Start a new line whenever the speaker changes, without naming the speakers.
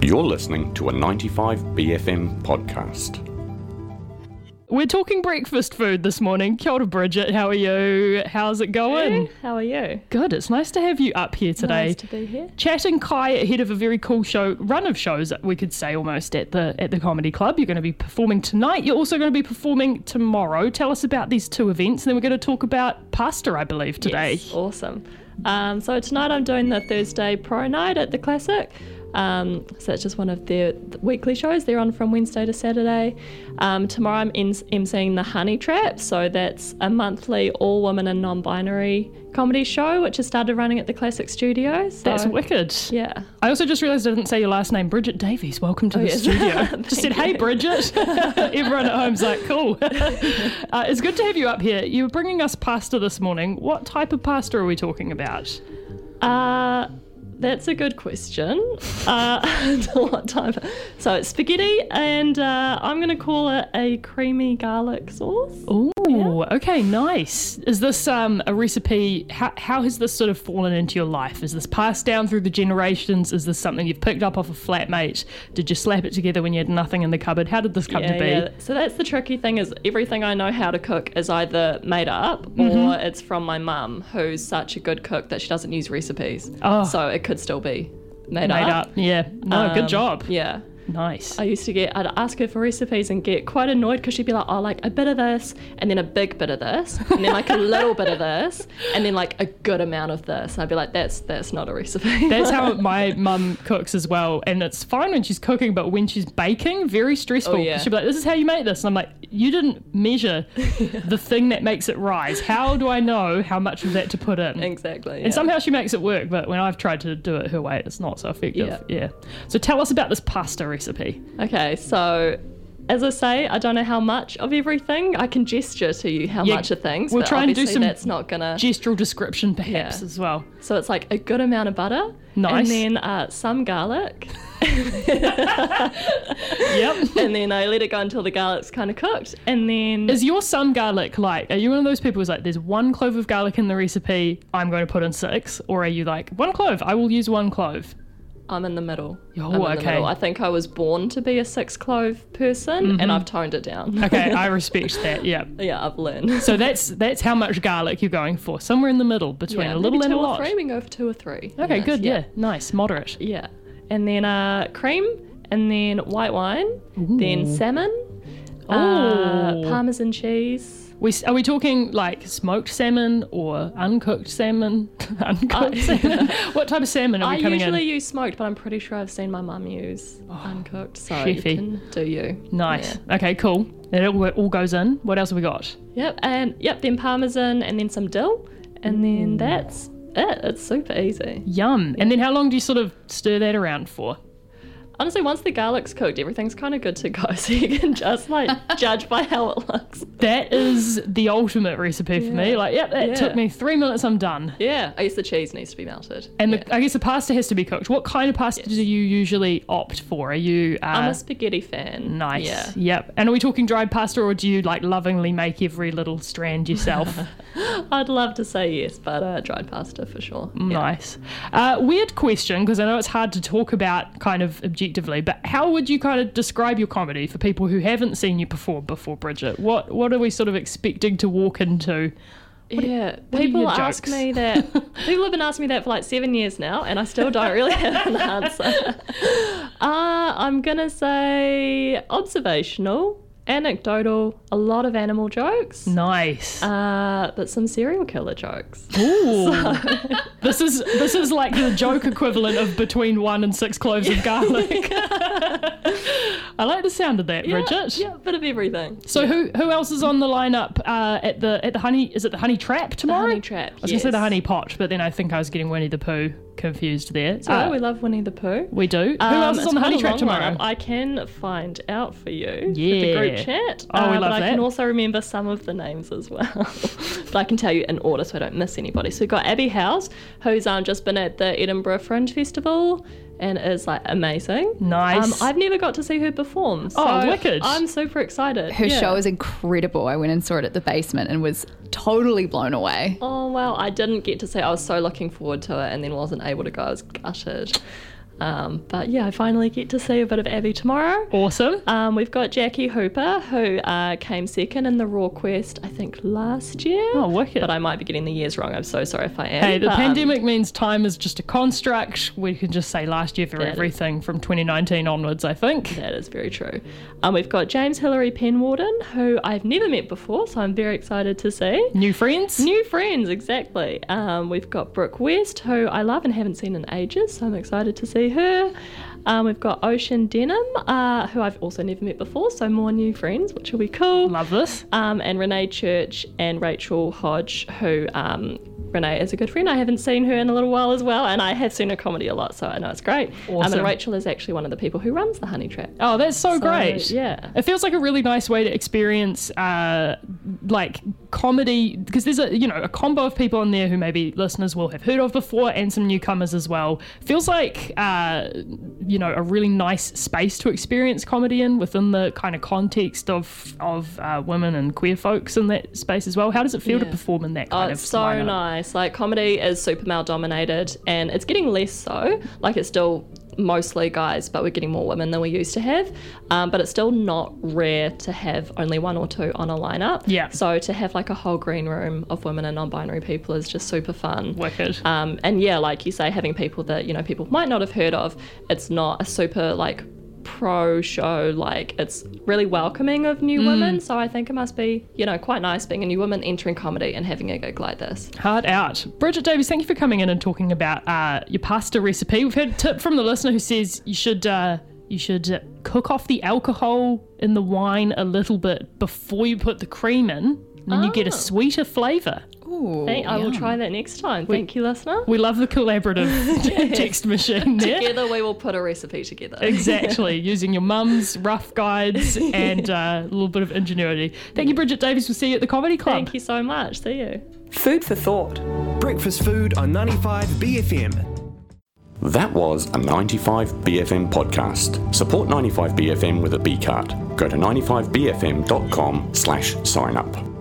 You're listening to a 95BFM podcast.
We're talking breakfast food this morning. Kia ora, Bridget. How are you? How's it going?
How are you?
Good. It's nice to have you up here today.
Nice to be here.
Chat and Kai ahead of a very cool show, run of shows we could say almost at the at the comedy club. You're going to be performing tonight. You're also going to be performing tomorrow. Tell us about these two events, and then we're going to talk about pasta, I believe, today.
Yes, awesome. Um, so tonight I'm doing the Thursday Pro Night at the Classic. Um, so that's just one of their weekly shows. They're on from Wednesday to Saturday. Um, tomorrow I'm in, emceeing the Honey Trap. So that's a monthly all women and non-binary comedy show, which has started running at the Classic Studio. So,
That's wicked.
yeah.
I also just realised I didn't say your last name, Bridget Davies. Welcome to the
Oh, yes.
studio. just said,
Thank
"Hey,
you.
Bridget." Everyone at home's like, "Cool." uh, it's good to have you up here. You're bringing us pasta this morning. What type of pasta are we talking about?
Uh, that's a good question. Uh, what time? So it's spaghetti, and uh, I'm going to call it a creamy garlic sauce.
Ooh, okay, nice. Is this um, a recipe? How, how has this sort of fallen into your life? Is this passed down through the generations? Is this something you've picked up off a flatmate? Did you slap it together when you had nothing in the cupboard? How did this come to be?
So that's the tricky thing is everything I know how to cook is either made up or
Mm-hmm.
it's from my mum, who's such a good cook that she doesn't use recipes.
Oh.
So it could still be made,
Made up. Yeah. No, good
Um,
job.
Yeah.
Nice.
I used to get, I'd ask her for recipes and get quite annoyed because she'd be like, oh, like a bit of this, and then a big bit of this, and then like a little bit of this, and then like a good amount of this. And I'd be like, that's that's not a recipe.
That's how my mum cooks as well. And it's fine when she's cooking, but when she's baking, very stressful.
Oh, yeah.
She'll be like, This is how you make this. And I'm like, You didn't measure the thing that makes it rise. How do I know how much of that to put in?
exactly. yeah.
And somehow she makes it work, but when I've tried to do it her way, it's not so effective. Yeah. So tell us about this pasta recipe.
Okay, so as I say, I don't know how much of everything. I can gesture to you how
Yeah,
much of things.
we'll
but
try and do
obviously
some
That's not gonna.
Gestural description, perhaps,
Yeah.
as well.
so it's like a good amount of butter.
Nice.
And then uh, some garlic.
Yep.
and then I let it go until the garlic's kind of cooked. And then
Is your some garlic like, are you one of those people who's like, there's one clove of garlic in the recipe, I'm going to put in six? Or are you like, one clove, I will use one clove?
I'm in the middle.
Oh,
I'm in the
okay.
middle. I think I was born to be a six clove person, and I've toned it down.
Okay, I respect that. Yeah.
yeah, I've learned.
So that's that's how much garlic you're going for, somewhere in the middle between
yeah,
a little
maybe
and
two
a
or
lot.
three. We can go for two or three.
Okay,
Yes,
good. yeah, nice, moderate.
Yeah. And then uh, cream, and then white wine, then salmon, uh,
Ooh.
parmesan cheese.
We, are we talking like smoked salmon or uncooked salmon? uncooked
I-
salmon. what type of salmon are
I
we coming
usually
in?
use smoked, but I'm pretty sure I've seen my mum use uncooked. So you
chefy.
can do you.
Nice. Okay, cool. It all, all goes in. What else have we got?
Yep. And yep, then parmesan, and then some dill, and then that's it. It's super easy.
Yum. And then how long do you sort of stir that around for?
Honestly, once the garlic's cooked, everything's kind of good to go. So you can just like judge by how it looks.
That is the ultimate recipe for me.
Yeah.
Like, yep, that
Yeah.
took me three minutes. I'm done.
Yeah. I guess the cheese needs to be melted.
And
Yeah.
the, I guess the pasta has to be cooked. What kind of pasta do you usually opt for? Are you uh,
I'm a spaghetti fan.
nice?
Yeah.
Yep. And are we talking dried pasta, or do you like lovingly make every little strand yourself?
I'd love to say yes, but uh, dried pasta for sure.
Nice. Uh, weird question, because I know it's hard to talk about kind of objectively, but how would you kind of describe your comedy for people who haven't seen you perform before, Bridget? What What are we sort of expecting to walk into?
yeah,
are
people
your
ask
jokes?
me that. people have been asking me that for like seven years now, and I still don't really have an answer. Uh, I'm gonna say observational, anecdotal, a lot of animal jokes,
Nice.
uh, but some serial killer jokes.
Ooh. this is this is like the joke equivalent of between one and six cloves of garlic. I like the sound of that, Bridget.
Yeah, yeah, bit of everything.
So who who else is on the lineup uh, at the at the honey? Is it the honey trap tomorrow?
Honey trap.
I was gonna say the
yes.
honey pot, but then I think I was getting Winnie the Pooh confused there.
So
Uh,
we love Winnie the Pooh.
we do.
Um,
Who else is
it's
on the
quite
honey
a
trap
long Um,
tomorrow?
lineup. I can find out for you.
Yeah.
For the group chat.
Oh, we love
Uh, but I
that.
can also remember some of the names as well. but I can tell you in order so I don't miss anybody. So we've got Abby House, who's um, just been at the Edinburgh Fringe Festival and is like amazing.
Nice.
Um, I've never got to see her perform. So
Oh, wicked.
I'm super excited.
Her
Yeah.
show is incredible. I went and saw it at the basement and was totally blown away.
Oh, wow. I didn't get to see I was so looking forward to it and then wasn't able to go. I was gutted. Um, but yeah, I finally get to see a bit of Abby tomorrow.
Awesome.
Um, we've got Jackie Hooper, who uh, came second in the Raw Quest, I think, last year.
Oh, wicked.
But I might be getting the years wrong. I'm so sorry if I am.
Hey, the
but, um,
pandemic means time is just a construct. We can just say last year for
That is-
everything from 2019 onwards, I think.
That is very true. Um, we've got James Hillary Penwarden, who I've never met before, so I'm very excited to see.
New friends?
New friends, exactly. Um, we've got Brooke West, who I love and haven't seen in ages, so I'm excited to see her. Um, we've got Ocean Denham, uh, who I've also never met before, so more new friends, which will be cool.
Love this.
Um, and Renee Church and Rachel Hodge, who um, Renee is a good friend. I haven't seen her in a little while as well, and I have seen her comedy a lot, so I know it's great. Um,
Awesome.
and Rachel is actually one of the people who runs the Honey Trap.
Oh, that's so, great.
yeah.
It feels like a really nice way to experience uh, like comedy because there's a you know a combo of people on there who maybe listeners will have heard of before and some newcomers as well. Feels like uh, you know a really nice space to experience comedy in within the kind of context of of uh, women and queer folks in that space as well. How does it feel to
Yeah.
perform in that
Oh,
kind of
it's so
lineup?
nice. Like comedy is super male dominated, and it's getting less so. Like it's still mostly guys, but we're getting more women than we used to have. Um, but it's still not rare to have only one or two on a lineup.
Yeah.
So to have like a whole green room of women and non-binary people is just super fun.
Wicked.
Um, and yeah, like you say, having people that you know people might not have heard of, it's not a super like pro show. Like it's really welcoming of
Mm.
new women. So I think it must be you know quite nice being a new woman entering comedy and having a gig like this.
Hard out. Bridget Davies, thank you for coming in and talking about uh, your pasta recipe. We've had a tip from the listener who says you should uh, you should uh, cook off the alcohol in the wine a little bit before you put the cream in, and then you get a
Ah.
sweeter flavour.
Ooh,
Thank- I will
yum.
try that next time. Thank you, listener.
We love the collaborative text machine there.
Together we will put a recipe together.
Exactly, using your mum's rough guides and uh, a little bit of ingenuity. Thank you, Bridget Davies. We'll see you at the Comedy Club.
Thank you so much. See you.
Food for thought.
Breakfast food on 95 BFM.
That was a 95BFM podcast. Support 95BFM with a B card. Go to 95BFM.com slash sign up.